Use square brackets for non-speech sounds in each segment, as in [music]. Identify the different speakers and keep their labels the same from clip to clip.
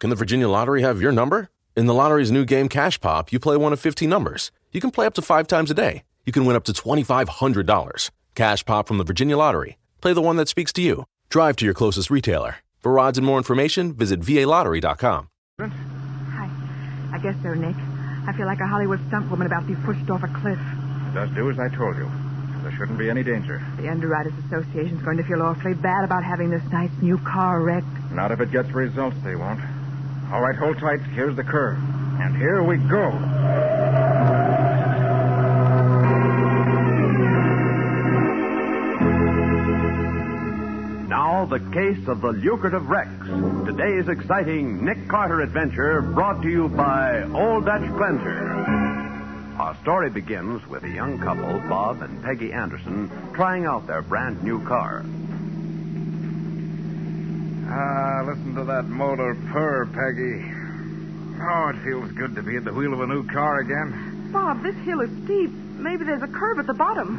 Speaker 1: Can the Virginia Lottery have your number? In the lottery's new game, Cash Pop, you play one of 15 numbers. You can play up to five times a day. You can win up to $2,500. Cash Pop from the Virginia Lottery. Play the one that speaks to you. Drive to your closest retailer. For odds and more information, visit VALottery.com.
Speaker 2: I, I guess so, Nick. I feel like a Hollywood stunt woman about to be pushed off a cliff.
Speaker 3: Just do as I told you. There shouldn't be any danger.
Speaker 2: The Underwriters Association's going to feel awfully bad about having this nice new car wrecked.
Speaker 3: Not if it gets results, they won't. All right, hold tight. Here's the curve. And here we go.
Speaker 4: Now, the case of the lucrative Rex. Today's exciting Nick Carter adventure brought to you by Old Dutch Cleanser. Our story begins with a young couple, Bob and Peggy Anderson, trying out their brand new car.
Speaker 3: Ah, listen to that motor purr, Peggy. Oh, it feels good to be at the wheel of a new car again. [laughs]
Speaker 2: Bob, this hill is steep. Maybe there's a curve at the bottom.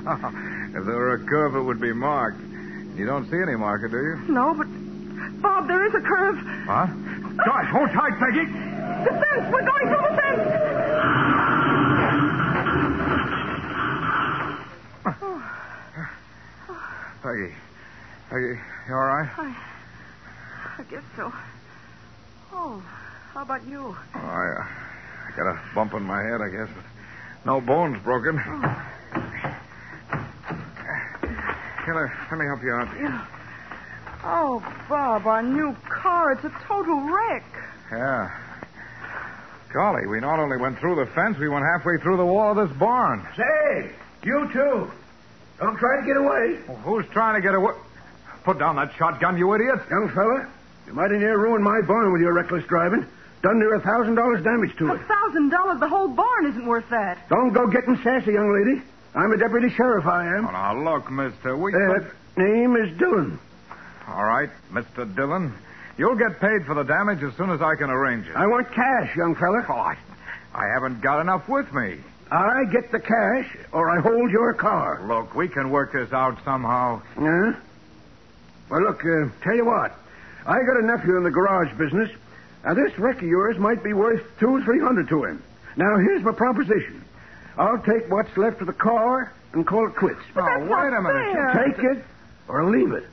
Speaker 3: if there were a curve, it would be marked. You don't see any marker, do you?
Speaker 2: No, but. Bob, there is a curve.
Speaker 3: Huh? Gosh, hold tight, Peggy.
Speaker 2: The fence! We're going through the fence!
Speaker 3: Peggy. Peggy, you all right?
Speaker 2: I, I guess so. Oh, how about you?
Speaker 3: Oh, I, uh, I got a bump on my head, I guess, but no bones broken. Here, let me help you out.
Speaker 2: Oh, Bob, our new car. It's a total wreck.
Speaker 3: Yeah. Golly, we not only went through the fence, we went halfway through the wall of this barn.
Speaker 5: Say, you too. Don't try to get away.
Speaker 3: Well, who's trying to get away? Put down that shotgun, you idiot.
Speaker 5: Young fella, you mighty near ruined my barn with your reckless driving. Done near a thousand dollars damage to
Speaker 2: A
Speaker 5: it.
Speaker 2: thousand dollars, the whole barn isn't worth that.
Speaker 5: Don't go getting sassy, young lady. I'm a deputy sheriff, I
Speaker 3: Oh,
Speaker 5: am.
Speaker 3: now, look, mister, we...
Speaker 5: Uh, name is Dillon.
Speaker 3: All right, Mr. Dillon. You'll get paid for the damage as soon as I can arrange it.
Speaker 5: I want cash, young fella.
Speaker 3: Oh, I, I haven't got enough with me.
Speaker 5: I get the cash, or I hold your car.
Speaker 3: Look, we can work this out somehow.
Speaker 5: Huh? Well, look, uh, tell you what. I got a nephew in the garage business. Now, this wreck of yours might be worth two or three hundred to him. Now, here's my proposition. I'll take what's left of the car and call it quits.
Speaker 3: Oh,
Speaker 2: that's
Speaker 3: wait
Speaker 2: not
Speaker 3: a minute.
Speaker 2: fair.
Speaker 5: Take it or leave it.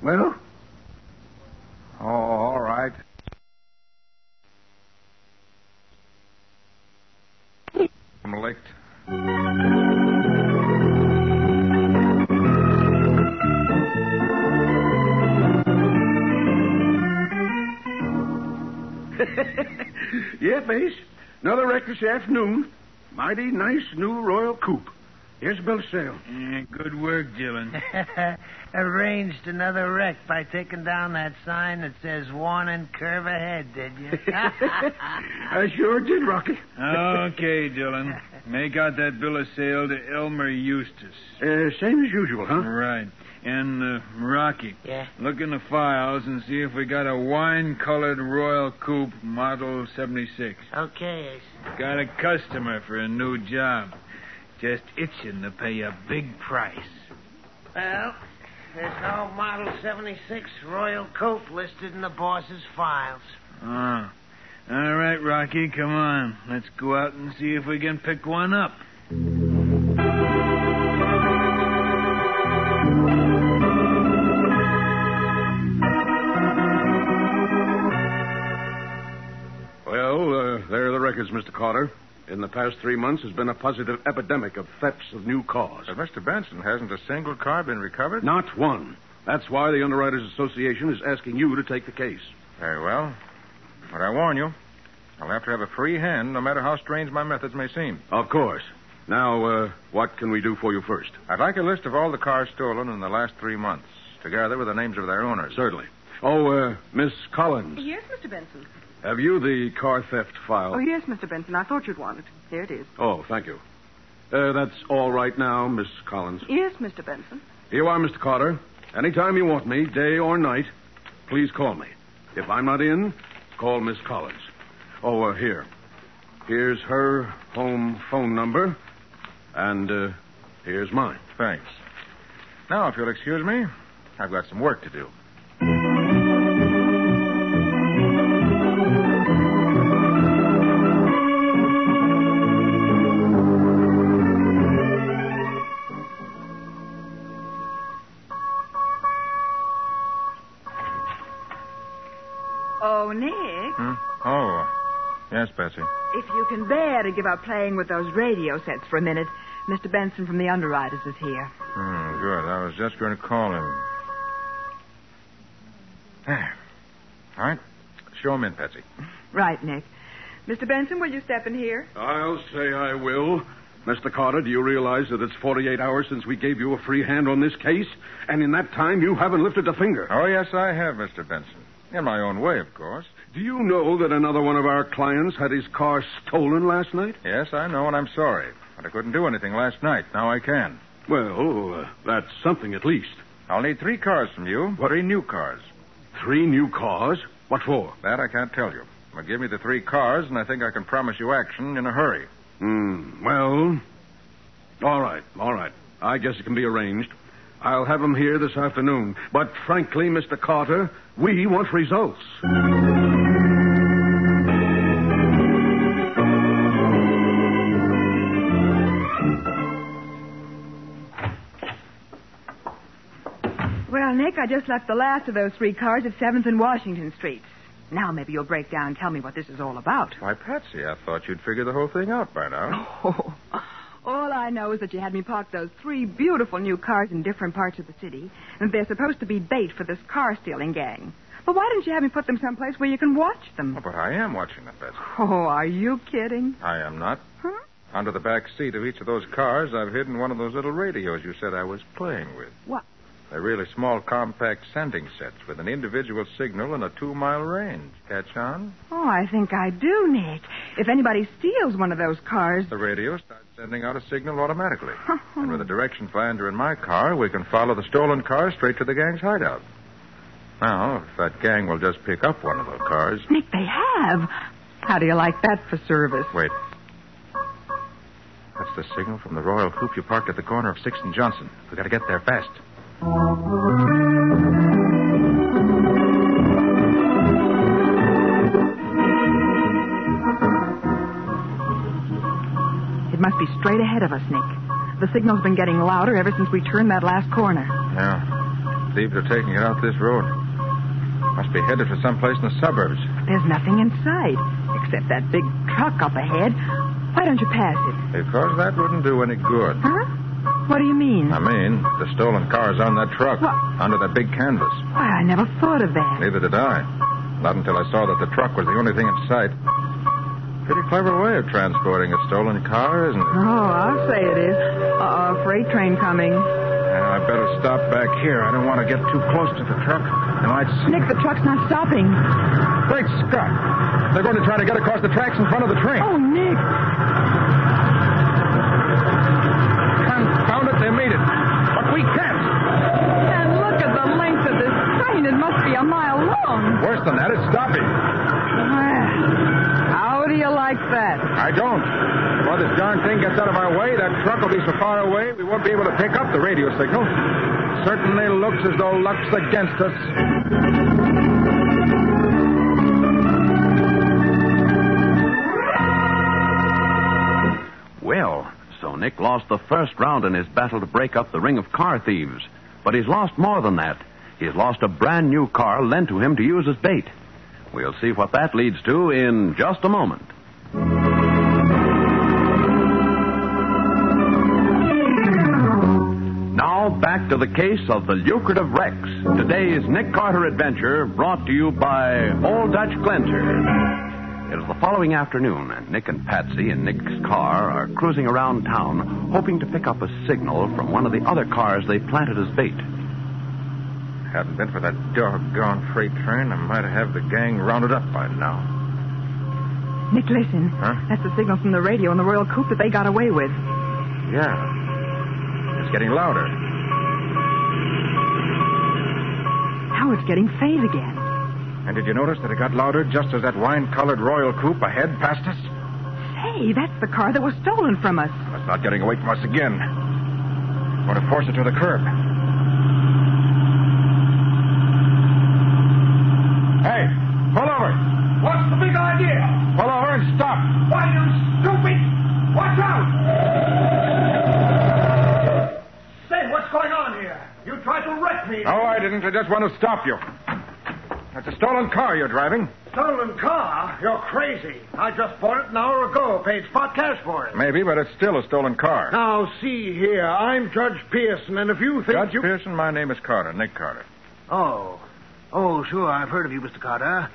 Speaker 5: Well,
Speaker 3: Oh, all right. I'm licked.
Speaker 5: yeah, Base. Another wreck this afternoon. Mighty nice new Royal Coupe. Here's Bill
Speaker 2: [laughs]
Speaker 5: Sale. [laughs]
Speaker 6: Good work, Dillon.
Speaker 7: Arranged another wreck by taking down that sign that says warning curve ahead, did [laughs] you?
Speaker 5: I sure did, Rocky.
Speaker 6: [laughs] okay, Dillon. Make out that bill of sale to Elmer Eustace.
Speaker 5: Uh, same as usual, huh?
Speaker 6: Right. And uh, Rocky.
Speaker 7: Yeah.
Speaker 6: Look in the files and see if we got a wine colored Royal Coupe Model 76.
Speaker 7: okay,
Speaker 6: Got a customer for a new job. Just itching to pay a big price.
Speaker 7: Ace. Well, there's no Model 76 Royal Coupe listed in the boss's files.
Speaker 6: Ah. All right, Rocky, come on. Let's go out and see if we can pick one up.
Speaker 8: Well, uh, there are the records, Mr. Carter. In the past three months, there's been a positive epidemic of thefts of new cars.
Speaker 3: But Mr. Benson, hasn't a single car been recovered?
Speaker 8: Not one. That's why the Underwriters Association is asking you to take the case.
Speaker 3: Very well. But I warn you, I'll have to have a free hand, no matter how strange my methods may seem.
Speaker 8: Of course. Now, uh, what can we do for you first?
Speaker 3: I'd like a list of all the cars stolen in the last three months, together with the names of their owners.
Speaker 8: Certainly. Oh, uh, Miss Collins,
Speaker 2: Yes, Mr. Benson.
Speaker 8: have you the car theft file?
Speaker 2: Oh, yes, Mr. Benson. I thought you'd want it. Here it is.
Speaker 8: Oh, thank you. Uh, that's all right now, Miss Collins.
Speaker 2: Yes, Mr. Benson.
Speaker 8: Here you are, Mr. Carter. Anytime you want me, day or night, please call me. If I'm not in, call Miss Collins. Oh, uh, here. Here's her home phone number, and uh, here's mine.
Speaker 3: Thanks. Now, if you'll excuse me, I've got some work to do.
Speaker 2: Oh, Nick,
Speaker 3: Hmm? Oh, yes, Betsy.
Speaker 2: if you can bear to give up playing with those radio sets for a minute, Mr. Benson from the underwriters is here.
Speaker 3: Hmm, good. I was just going to call him. There. All right. Show him in, Betsy.
Speaker 2: Right, Nick. Mr. Benson, will you step in here?
Speaker 5: I'll say I will. Mr. Carter, do you realize that it's 48 hours since we gave you a free hand on this case? And in that time, you haven't lifted a finger.
Speaker 3: Oh, yes, I have, Mr. Benson. In my own way, of course.
Speaker 5: Do you know that another one of our clients had his car stolen last night?
Speaker 3: Yes, I know, and I'm sorry. But I couldn't do anything last night. Now I can.
Speaker 5: Well, uh, that's something at least.
Speaker 3: I'll need three cars from you. Three new cars.
Speaker 5: Three new cars? What for?
Speaker 3: That I can't tell you. But give me the three cars, and I think I can promise you action in a hurry.
Speaker 5: Hmm. Well, all right, all right. I guess it can be arranged. I'll have him here this afternoon. But frankly, Mr. Carter, we want results.
Speaker 2: Well, Nick, I just left the last of those three cars at 7th and Washington Streets. Now maybe you'll break down and tell me what this is all about.
Speaker 3: Why, Patsy, I thought you'd figure the whole thing out by now.
Speaker 2: Oh, [laughs] all I know is that you had me park those three beautiful new cars in different parts of the city, and they're supposed to be bait for this car stealing gang. But why didn't you have me put them someplace where you can watch
Speaker 3: Oh,
Speaker 2: them?
Speaker 3: but I am watching them, Betsy.
Speaker 2: Oh, are you kidding?
Speaker 3: I am not.
Speaker 2: Huh?
Speaker 3: Under the back seat of each of those cars, I've hidden one of those little radios you said I was playing with.
Speaker 2: What?
Speaker 3: They're really small, compact sending sets with an individual signal and a two mile range. Catch on?
Speaker 2: Oh, I think I do, Nick. If anybody steals one of those cars, [laughs]
Speaker 3: The radio starts sending out a signal automatically. and with a direction finder in my car, we can follow the stolen car straight to the gang's hideout. Now, if that gang will just pick up one of those cars.
Speaker 2: Nick, they have. How do you like that for service?
Speaker 3: Wait. That's the signal from the Royal Coupe you parked at the corner of 6th and Johnson. We gotta get there fast.
Speaker 2: It must be straight ahead of us, Nick. The signal's been getting louder ever since we turned that last corner.
Speaker 3: Yeah. Thieves are taking it out this road. Must be headed for someplace in the suburbs.
Speaker 2: There's nothing in sight except that big truck up ahead. Why don't you pass it?
Speaker 3: Because that wouldn't do any good.
Speaker 2: Huh? What do you mean?
Speaker 3: I mean, the stolen car's on that truck.
Speaker 2: What?
Speaker 3: Under that big canvas.
Speaker 2: Why, I never thought of that.
Speaker 3: Neither did I. Not until I saw that the truck was the only thing in sight. Pretty clever way of transporting a stolen car, isn't
Speaker 2: Oh,
Speaker 3: it?
Speaker 2: I'll say it is. Uh-oh, freight train coming.
Speaker 3: Yeah, I better stop back here. I don't want to get too close to the truck. They might see.
Speaker 2: Nick, the truck's not stopping.
Speaker 3: Great Scott! They're going to try to get across the tracks in front of the train.
Speaker 2: Oh, Nick.
Speaker 3: Confound it, they made it. But we can't.
Speaker 2: And look at the length of this train. It must be a mile long.
Speaker 3: Worse than that, it's stopping.
Speaker 2: Well, how do you like that?
Speaker 3: I don't. Before this darn thing gets out of our way, that truck will be so far away we won't be able to pick up the radio signal. Certainly looks as though luck's against us.
Speaker 4: Well, so Nick lost the first round in his battle to break up the ring of car thieves. But he's lost more than that. He's lost a brand new car lent to him to use as bait. We'll see what that leads to in just a moment. Now back to the case of the lucrative Rex. Today's Nick Carter adventure brought to you by Old Dutch Glinter. It is the following afternoon, and Nick and Patsy in Nick's car are cruising around town, hoping to pick up a signal from one of the other cars they planted as bait.
Speaker 3: Hadn't been for that doggone freight train, I might have the gang rounded up by now.
Speaker 2: Nick, listen.
Speaker 3: Huh?
Speaker 2: That's the signal from the radio in the Royal Coupe that they got away with.
Speaker 3: Yeah. It's getting louder.
Speaker 2: Now it's getting faint again.
Speaker 3: And did you notice that it got louder just as that wine colored Royal coupe ahead passed us?
Speaker 2: Hey, that's the car that was stolen from us.
Speaker 3: It's not getting away from us again. Going to force it to the curb. Hey, pull over.
Speaker 9: What's the big idea?
Speaker 3: Pull over and stop.
Speaker 9: Why, you stupid! Watch out! Say, what's going on here? You tried to wreck me.
Speaker 3: No, I didn't. I just want to stop you. That's a stolen car you're driving.
Speaker 10: Stolen car? You're crazy. I just bought it an hour ago. Paid spot cash for it.
Speaker 3: Maybe, but it's still a stolen car.
Speaker 10: Now, see here. I'm Judge Pearson, and if you think
Speaker 3: Judge
Speaker 10: you...
Speaker 3: Pearson, my name is Carter, Nick Carter.
Speaker 10: Oh. Oh, sure. I've heard of you, Mr. Carter.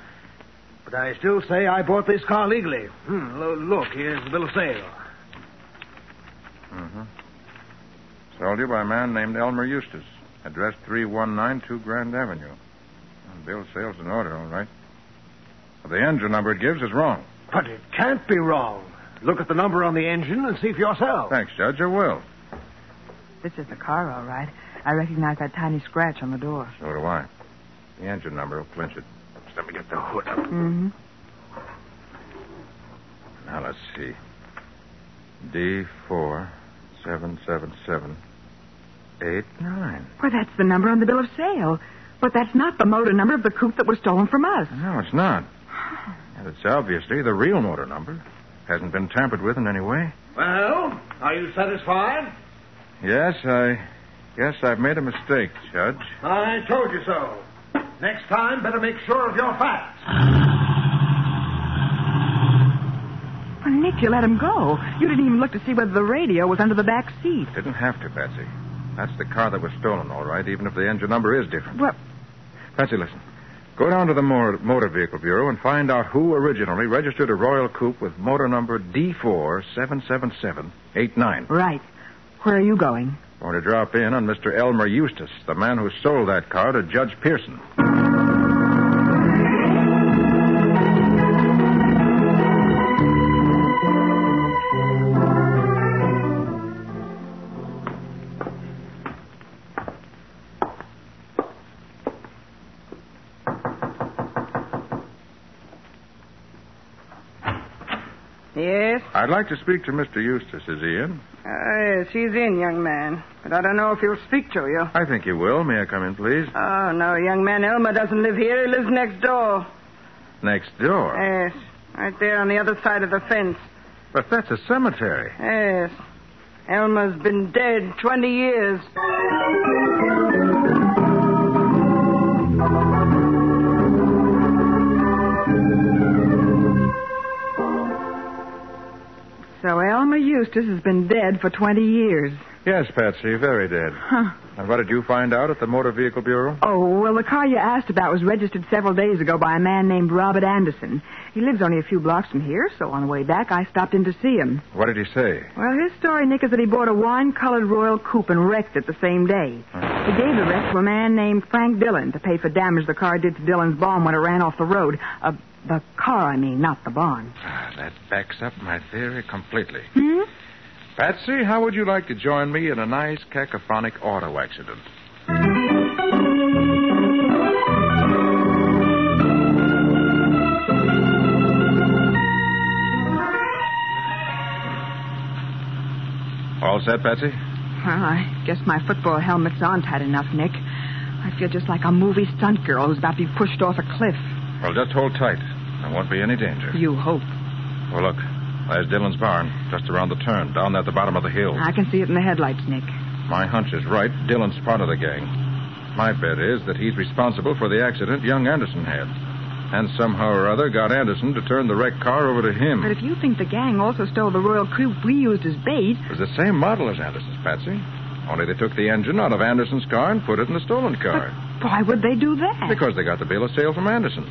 Speaker 10: But I still say I bought this car legally. Hmm, lo- look, here's the bill of sale.
Speaker 3: Mm-hmm. Sold you by a man named Elmer Eustace. Address 3192 Grand Avenue. And bill of sale's in order, all right. But the engine number it gives is wrong.
Speaker 10: But it can't be wrong. Look at the number on the engine and see for yourself.
Speaker 3: Thanks, Judge. I will.
Speaker 2: This is the car, all right. I recognize that tiny scratch on the door.
Speaker 3: So do I. The engine number will clinch it. Just let me get the hood up.
Speaker 2: Mm-hmm.
Speaker 3: Now let's see. D four seven seven seven eight nine.
Speaker 2: Well, that's the number on the bill of sale. But that's not the motor number of the coupe that was stolen from us.
Speaker 3: No, it's not. And it's obviously the real motor number. Hasn't been tampered with in any way.
Speaker 10: Well, are you satisfied?
Speaker 3: Yes, I guess I've made a mistake, Judge.
Speaker 10: I told you so. Next time, better make sure of your facts.
Speaker 2: Well, Nick, you let him go. You didn't even look to see whether the radio was under the back seat.
Speaker 3: Didn't have to, Patsy. That's the car that was stolen, all right, even if the engine number is different.
Speaker 2: Well,
Speaker 3: Patsy, listen. Go down to the Mor- Motor Vehicle Bureau and find out who originally registered a Royal Coupe with motor number D477789.
Speaker 2: right. Where are you going?
Speaker 3: Going to drop in on Mr. Elmer Eustace, the man who sold that car to Judge Pearson.
Speaker 11: Yes?
Speaker 3: I'd like to speak to Mr. Eustace. Is he in?
Speaker 11: Uh, yes, he's in, young man. But I don't know if he'll speak to you.
Speaker 3: I think he will. May I come in, please?
Speaker 11: Oh, no, young man. Elmer doesn't live here. He lives next door.
Speaker 3: Next
Speaker 2: Uh,
Speaker 3: door.
Speaker 11: Yes. Right there on the other side of the fence.
Speaker 3: But that's a cemetery.
Speaker 2: uh,
Speaker 11: Yes. Elmer's been dead 20 years.
Speaker 2: So Elmer Eustace has been dead for 20 years.
Speaker 3: Yes, Patsy, very dead.
Speaker 2: Huh.
Speaker 3: And what did you find out at the Motor Vehicle Bureau?
Speaker 2: Oh, well, the car you asked about was registered several days ago by a man named Robert Anderson. He lives only a few blocks from here, so on the way back, I stopped in to see him.
Speaker 3: What did he say?
Speaker 2: Well, his story, Nick, is that he bought a wine colored Royal Coupe and wrecked it the same day. He gave the wreck to a man named Frank Dillon to pay for damage the car did to Dillon's bomb when it ran off the road. Uh, the car, I mean, not the barn.
Speaker 3: Ah, that backs up my theory completely.
Speaker 2: Hmm?
Speaker 3: Patsy, how would you like to join me in a nice cacophonic auto accident? All set, Patsy?
Speaker 2: Well, I guess my football helmet's on tight enough, Nick. I feel just like a movie stunt girl who's about to be pushed off a cliff.
Speaker 3: Well, just hold tight. There won't be any danger.
Speaker 2: You hope.
Speaker 3: Well, look, there's Dillon's barn, just around the turn, down there at the bottom of the hill.
Speaker 2: I can see it in the headlights, Nick.
Speaker 3: My hunch is right. Dillon's part of the gang. My bet is that he's responsible for the accident young Anderson had. And somehow or other got Anderson to turn the wrecked car over to him.
Speaker 2: But if you think the gang also stole the Royal Coupe we used as bait,
Speaker 3: It was the same model as Anderson's, Patsy. Only they took the engine out of Anderson's car and put it in the stolen car.
Speaker 2: why would they do that?
Speaker 3: Because they got the bill of sale from Anderson.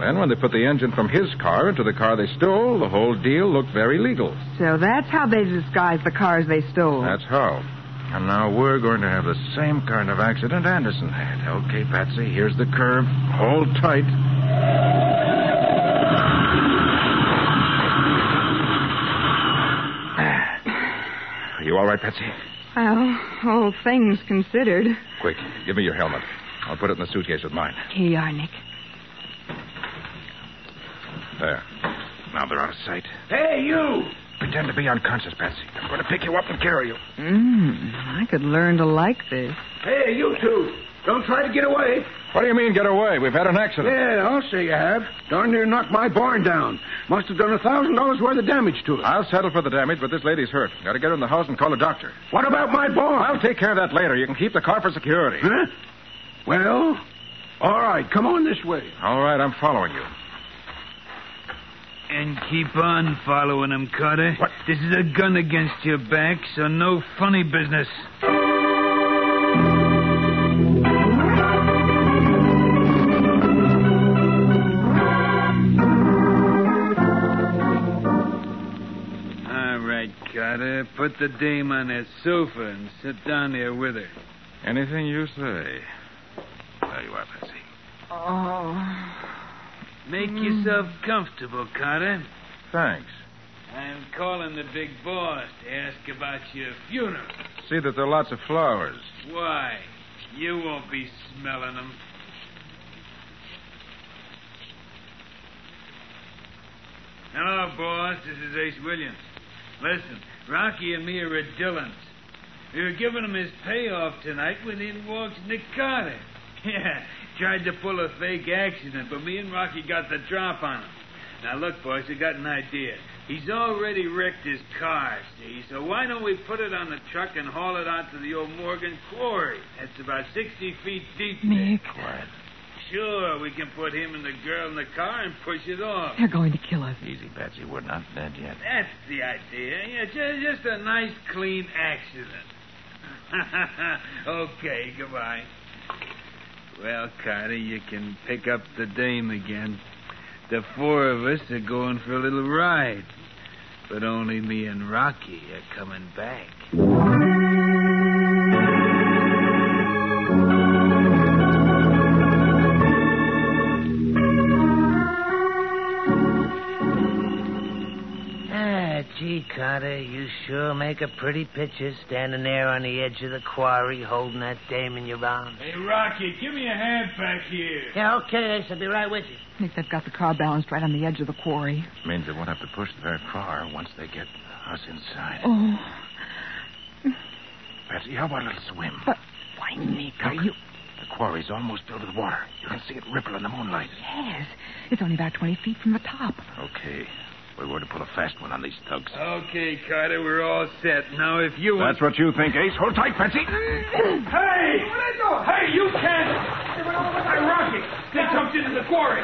Speaker 3: Then, when they put the engine from his car into the car they stole, the whole deal looked very legal.
Speaker 2: So that's how they disguised the cars they stole.
Speaker 3: That's how. And now we're going to have the same kind of accident Anderson had. Okay, Patsy, here's the curve. Hold tight. Are Ah. you all right, Patsy?
Speaker 2: Well, all things considered.
Speaker 3: Quick, give me your helmet. I'll put it in the suitcase with mine.
Speaker 2: Here you are, Nick.
Speaker 3: There. Now they're out of sight.
Speaker 10: Hey, you!
Speaker 3: Pretend to be unconscious, Patsy. I'm going to pick you up and carry you.
Speaker 2: Mmm, I could learn to like this.
Speaker 10: Hey, you two! Don't try to get away.
Speaker 3: What do you mean, get away? We've had an accident.
Speaker 12: Yeah, I'll say you have. Darn near knocked my barn down. Must have done a thousand dollars worth of damage to it.
Speaker 3: I'll settle for the damage, but this lady's hurt. Got to get her in the house and call a doctor.
Speaker 12: What about my barn?
Speaker 3: I'll take care of that later. You can keep the car for security.
Speaker 12: Huh? Well,
Speaker 13: All right, come on this way.
Speaker 3: All right, I'm following you.
Speaker 6: And keep on following him, Carter. What? This is a gun against your back, so no funny business. All right, Carter. Put the dame on that sofa and sit down there with her.
Speaker 3: Anything you say. There you are, Patsy.
Speaker 6: Oh. Make yourself comfortable, Carter.
Speaker 3: Thanks.
Speaker 6: I'm calling the big boss to ask about your funeral.
Speaker 3: See that there are lots of flowers.
Speaker 6: Why? You won't be smelling them. Hello, boss. This is Ace Williams. Listen, Rocky and me are at Dillon's. We were giving him his payoff tonight when in walks Nick Carter. [laughs] Yeah, tried to pull a fake accident, but me and Rocky got the drop on him. Now, look, boys, I got an idea. He's already wrecked his car, see, so why don't we put it on the truck and haul it out to the old Morgan quarry? That's about 60 feet deep.
Speaker 2: Nick,
Speaker 3: Quiet.
Speaker 6: Sure, we can put him and the girl in the car and push it off.
Speaker 2: they're going to kill us.
Speaker 3: Easy, Patsy. We're not dead yet.
Speaker 6: That's the idea. Yeah, ju- just a nice, clean accident. [laughs] okay, goodbye. Well, Carter, you can pick up the dame again. The four of us are going for a little ride, but only me and Rocky are coming back.
Speaker 7: Ah, gee, Carter, you sure make a pretty picture standing there on the edge of the quarry holding that dame in your arms.
Speaker 6: Hey, Rocky, give me a hand back here.
Speaker 7: Yeah, okay, Ace, I'll be right with you.
Speaker 2: Nick, they've got the car balanced right on the edge of the quarry.
Speaker 3: Means they won't have to push their car once they get us inside.
Speaker 2: Oh,
Speaker 3: Patsy, how about a little swim?
Speaker 2: but why, Nick, are you...
Speaker 3: The quarry's almost filled with water. You can see it ripple in the moonlight.
Speaker 2: Yes, it's only about 20 feet from the top.
Speaker 3: Okay. We were to pull a fast one on these thugs.
Speaker 6: Okay, Carter, we're all set. Now, if you want.
Speaker 3: That's what you think, Ace. Hold tight,
Speaker 14: Hey!
Speaker 3: Patsy.
Speaker 14: Hey, you can't! Hey, Rocky! They jumped into the quarry!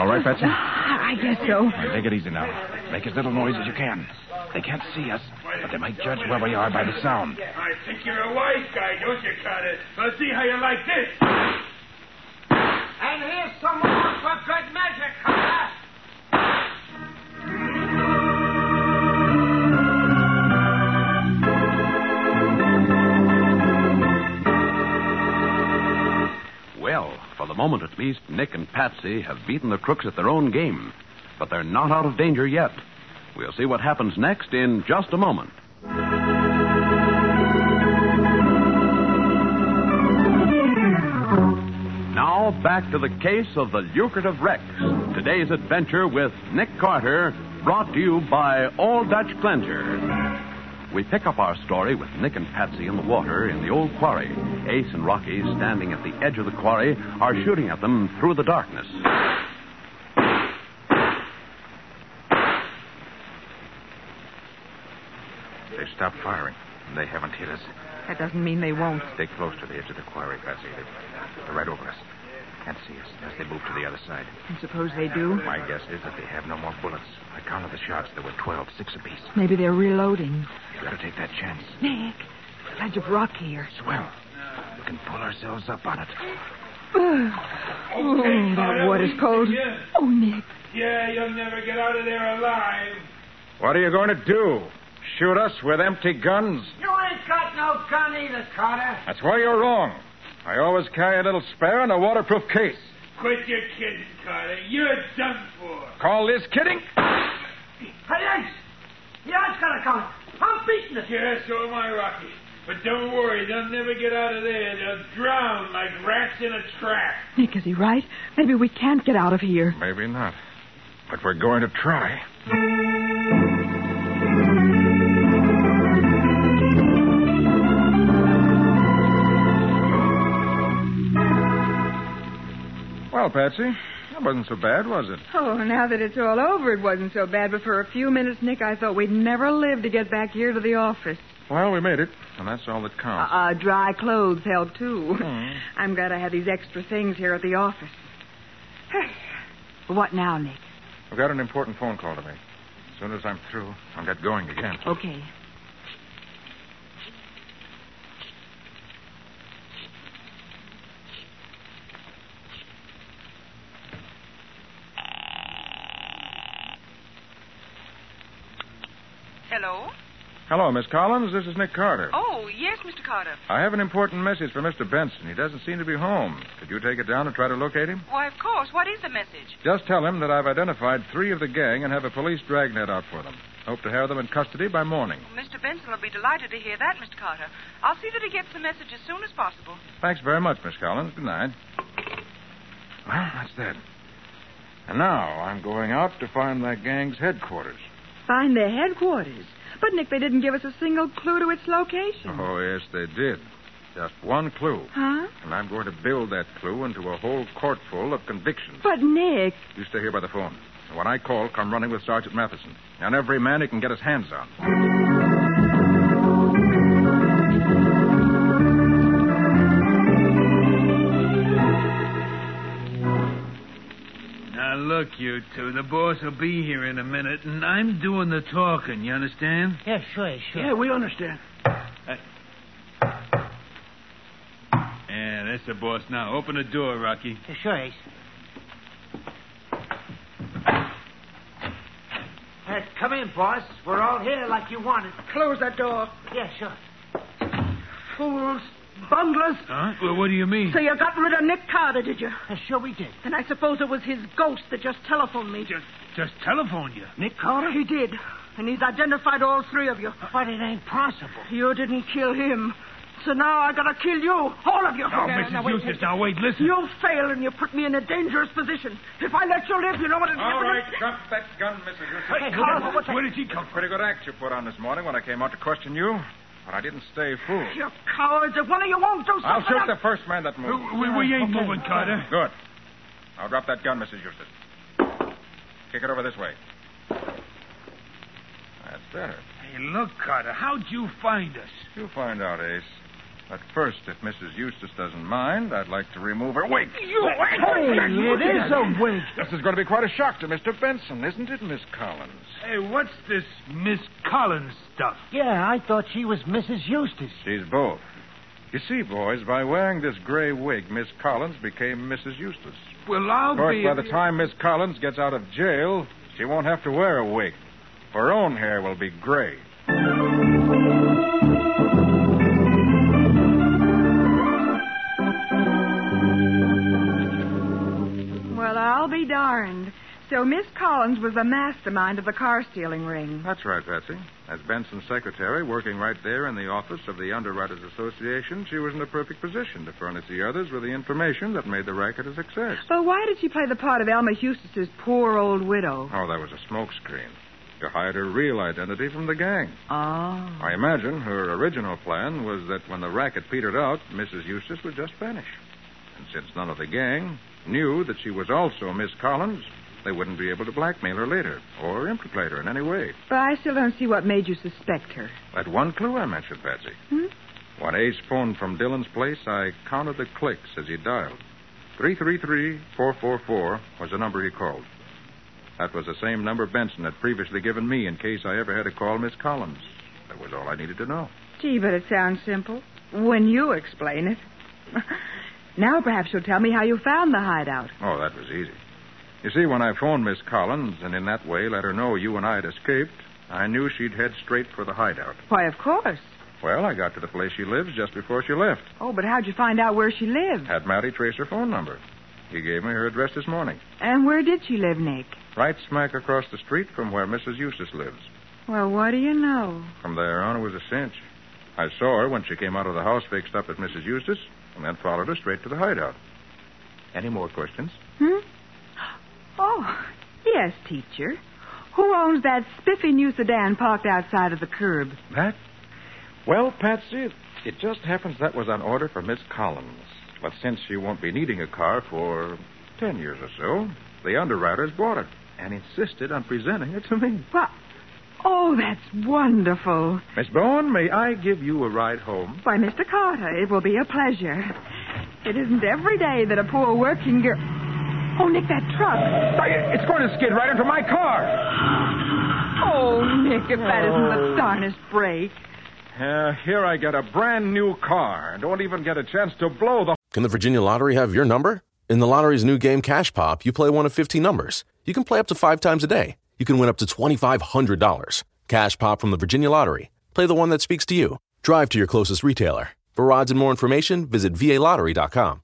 Speaker 3: All right, Patsy?
Speaker 2: Ah, I guess so.
Speaker 3: Now, take it easy now. Make as little noise as you can. They can't see us, but they might judge where we are by the sound.
Speaker 14: I think you're a wise guy, don't you, Carter? Let's see how you like this. And here's some more for good measure, Carter.
Speaker 5: Well, for the moment at least, Nick and Patsy have beaten the crooks at their own game. But they're not out of danger yet. We'll see what happens next in just a moment. Now, back to the case of the lucrative Rex. Today's adventure with Nick Carter, brought to you by All Dutch Cleanser. We pick up our story with Nick and Patsy in the water in the old quarry. Ace and Rocky, standing at the edge of the quarry, are shooting at them through the darkness.
Speaker 3: They've stopped firing. They haven't hit us.
Speaker 2: That doesn't mean they won't.
Speaker 3: Stay close to the edge of the quarry, Patsy. They- They're right over us. Can't see us as they move to the other side.
Speaker 2: And suppose they do?
Speaker 3: My guess is that they have no more bullets. I counted the shots. There were 12, six apiece.
Speaker 2: Maybe they're reloading.
Speaker 3: You better take that chance.
Speaker 2: Nick, the edge of rock here.
Speaker 3: Swell. We can pull ourselves up on it.
Speaker 2: [sighs] Oh, that water's cold. Oh, Nick.
Speaker 14: Yeah, you'll never get out of there alive.
Speaker 3: What are you going to do? Shoot us with empty guns?
Speaker 14: You ain't got no gun either, Carter.
Speaker 3: That's why you're wrong. I always carry a little spare in a waterproof case.
Speaker 14: Quit your kidding, Carter. You're done for.
Speaker 3: Call this kidding?
Speaker 14: Hey, Ace! Yeah, it's got a gun. I'm beating it. Yeah, so am I, Rocky. But don't worry, they'll never get out of there. They'll drown like rats in a trap.
Speaker 2: Nick, is he right? Maybe we can't get out of here.
Speaker 3: Maybe not. But we're going to try. Well, Patsy, that wasn't so bad, was it?
Speaker 2: Oh, now that it's all over, it wasn't so bad, but for a few minutes, Nick, I thought we'd never live to get back here to the office.
Speaker 3: Well, we made it, and that's all that counts.
Speaker 11: Uh, dry clothes help, too.
Speaker 2: Hmm.
Speaker 11: I'm glad I have these extra things here at the office. what now, Nick?
Speaker 3: I've got an important phone call to make. As soon as I'm through, I'll get going again.
Speaker 11: Okay. Hello?
Speaker 3: Hello, Miss Collins. This is Nick Carter.
Speaker 15: Oh, yes, Mr. Carter.
Speaker 3: I have an important message for Mr. Benson. He doesn't seem to be home. Could you take it down and try to locate him?
Speaker 15: Why, of course. What is the message?
Speaker 3: Just tell him that I've identified three of the gang and have a police dragnet out for them. Hope to have them in custody by morning.
Speaker 15: Mr. Benson will be delighted to hear that, Mr. Carter. I'll see that he gets the message as soon as possible.
Speaker 3: Thanks very much, Miss Collins. Good night. Well, that's that. And now I'm going out to find that gang's headquarters.
Speaker 2: Find their headquarters. But, Nick, they didn't give us a single clue to its location.
Speaker 3: Oh, yes, they did. Just one clue.
Speaker 2: Huh?
Speaker 3: And I'm going to build that clue into a whole court full of convictions.
Speaker 2: But, Nick.
Speaker 3: You stay here by the phone. And when I call, come running with Sergeant Matheson. And every man he can get his hands on.
Speaker 6: Now, look, you two. The boss will be here in a minute, and I'm doing the talking. You understand?
Speaker 7: Yeah, sure, sure.
Speaker 10: Yeah, we understand.
Speaker 6: Yeah, that's the boss now. Open the door, Rocky.
Speaker 7: Yeah, sure, Ace. Uh, come in, boss. We're all here like you wanted.
Speaker 10: Close that door.
Speaker 7: Yeah, sure.
Speaker 10: Fools. Bunglers.
Speaker 6: Huh? Well, what do you mean?
Speaker 15: So you got rid of Nick Carter, did you?
Speaker 7: sure we did.
Speaker 15: Then I suppose it was his ghost that just telephoned me.
Speaker 6: Just, just telephoned you.
Speaker 7: Nick Carter?
Speaker 15: He did. And he's identified all three of you.
Speaker 7: But it ain't possible.
Speaker 15: You didn't kill him. So now I gotta kill you. All of you.
Speaker 6: Oh,
Speaker 15: Now,
Speaker 6: Mrs.
Speaker 15: now, wait a
Speaker 6: Eustace,
Speaker 15: minute.
Speaker 6: now wait, listen.
Speaker 15: You fail and you put me in a dangerous position. If I let you live, you know what it's
Speaker 3: All right, drop that gun, Mrs. Houston.
Speaker 15: Hey, Carl, what's that?
Speaker 6: Where did she come
Speaker 3: Pretty good act you put on this morning when I came out to question you. But I didn't stay fooled.
Speaker 15: You cowards. If one of you won't do something.
Speaker 3: I'll shoot
Speaker 15: I'll-
Speaker 3: the first man that moves.
Speaker 6: We, we ain't moving, Carter.
Speaker 3: Good. Now drop that gun, Mrs. Eustace. Kick it over this way. That's better.
Speaker 6: Hey, look, Carter, how'd you find us?
Speaker 3: You'll find out, Ace. But first, if Mrs. Eustace doesn't mind, I'd like to remove her wig.
Speaker 6: You
Speaker 3: a wig. This is going to be quite a shock to Mr. Benson, isn't it, Miss Collins?
Speaker 6: Hey, what's this Miss Collins stuff?
Speaker 7: Yeah, I thought she was Mrs. Eustace.
Speaker 3: She's both. You see, boys, by wearing this gray wig, Miss Collins became Mrs. Eustace.
Speaker 6: Well, I'll
Speaker 3: Of course,
Speaker 6: be.
Speaker 3: by the time Miss Collins gets out of jail, she won't have to wear a wig. Her own hair will be gray.
Speaker 2: Well, I'll be darned. So Miss Collins was the mastermind of the car stealing ring.
Speaker 3: That's right, Patsy. As Benson's secretary, working right there in the office of the Underwriters Association, she was in a perfect position to furnish the others with the information that made the racket a success.
Speaker 2: But why did she play the part of Elma Eustace's poor old widow?
Speaker 3: Oh, that was a smokescreen to hide her real identity from the gang.
Speaker 2: Oh.
Speaker 3: I imagine her original plan was that when the racket petered out, Mrs. Eustace would just vanish. And since none of the gang knew that she was also Miss Collins, they wouldn't be able to blackmail her later or implicate her in any way.
Speaker 2: But I still don't see what made you suspect her.
Speaker 3: That one clue I mentioned, Patsy.
Speaker 2: Hmm?
Speaker 3: When Ace phoned from Dillon's place, I counted the clicks as he dialed. 333-444 was the number he called. That was the same number Benson had previously given me in case I ever had to call Miss Collins. That was all I needed to know.
Speaker 2: Gee, but it sounds simple. When you explain it. [laughs] now perhaps you'll tell me how you found the hideout.
Speaker 3: Oh, that was easy. You see, when I phoned Miss Collins and in that way let her know you and I had escaped, I knew she'd head straight for the hideout.
Speaker 2: Why, of course.
Speaker 3: Well, I got to the place she lives just before she left.
Speaker 2: Oh, but how'd you find out where she lived?
Speaker 3: Had Matty trace her phone number. He gave me her address this morning,
Speaker 2: And where did she live, Nick?
Speaker 3: right smack across the street from where Mrs. Eustace lives.
Speaker 2: Well, what do you know?
Speaker 3: From there on, it was a cinch. I saw her when she came out of the house fixed up at Mrs. Eustace, and then followed her straight to the hideout. Any more questions?
Speaker 2: Hmm? Oh, yes, teacher. Who owns that spiffy new sedan parked outside of the curb?
Speaker 3: That? Well, Patsy, it- it just happens that was on order for Miss Collins. But since she won't be needing a car for ten years or so, the underwriters bought it and insisted on presenting it to me.
Speaker 2: Well, Oh, that's wonderful.
Speaker 3: Miss Bowen, may I give you a ride home?
Speaker 2: Why, Mr. Carter, it will be a pleasure. It isn't every day that a poor working girl. Oh, Nick, that truck.
Speaker 16: It's going to skid right into my car.
Speaker 2: Oh, Nick, if that isn't the darnest break.
Speaker 3: Uh, here I get a brand new car. Don't even get a chance to blow the.
Speaker 1: Can the Virginia Lottery have your number? In the lottery's new game Cash Pop, you play one of 15 numbers. You can play up to five times a day. You can win up to $2,500. Cash Pop from the Virginia Lottery. Play the one that speaks to you. Drive to your closest retailer. For odds and more information, visit VALottery.com.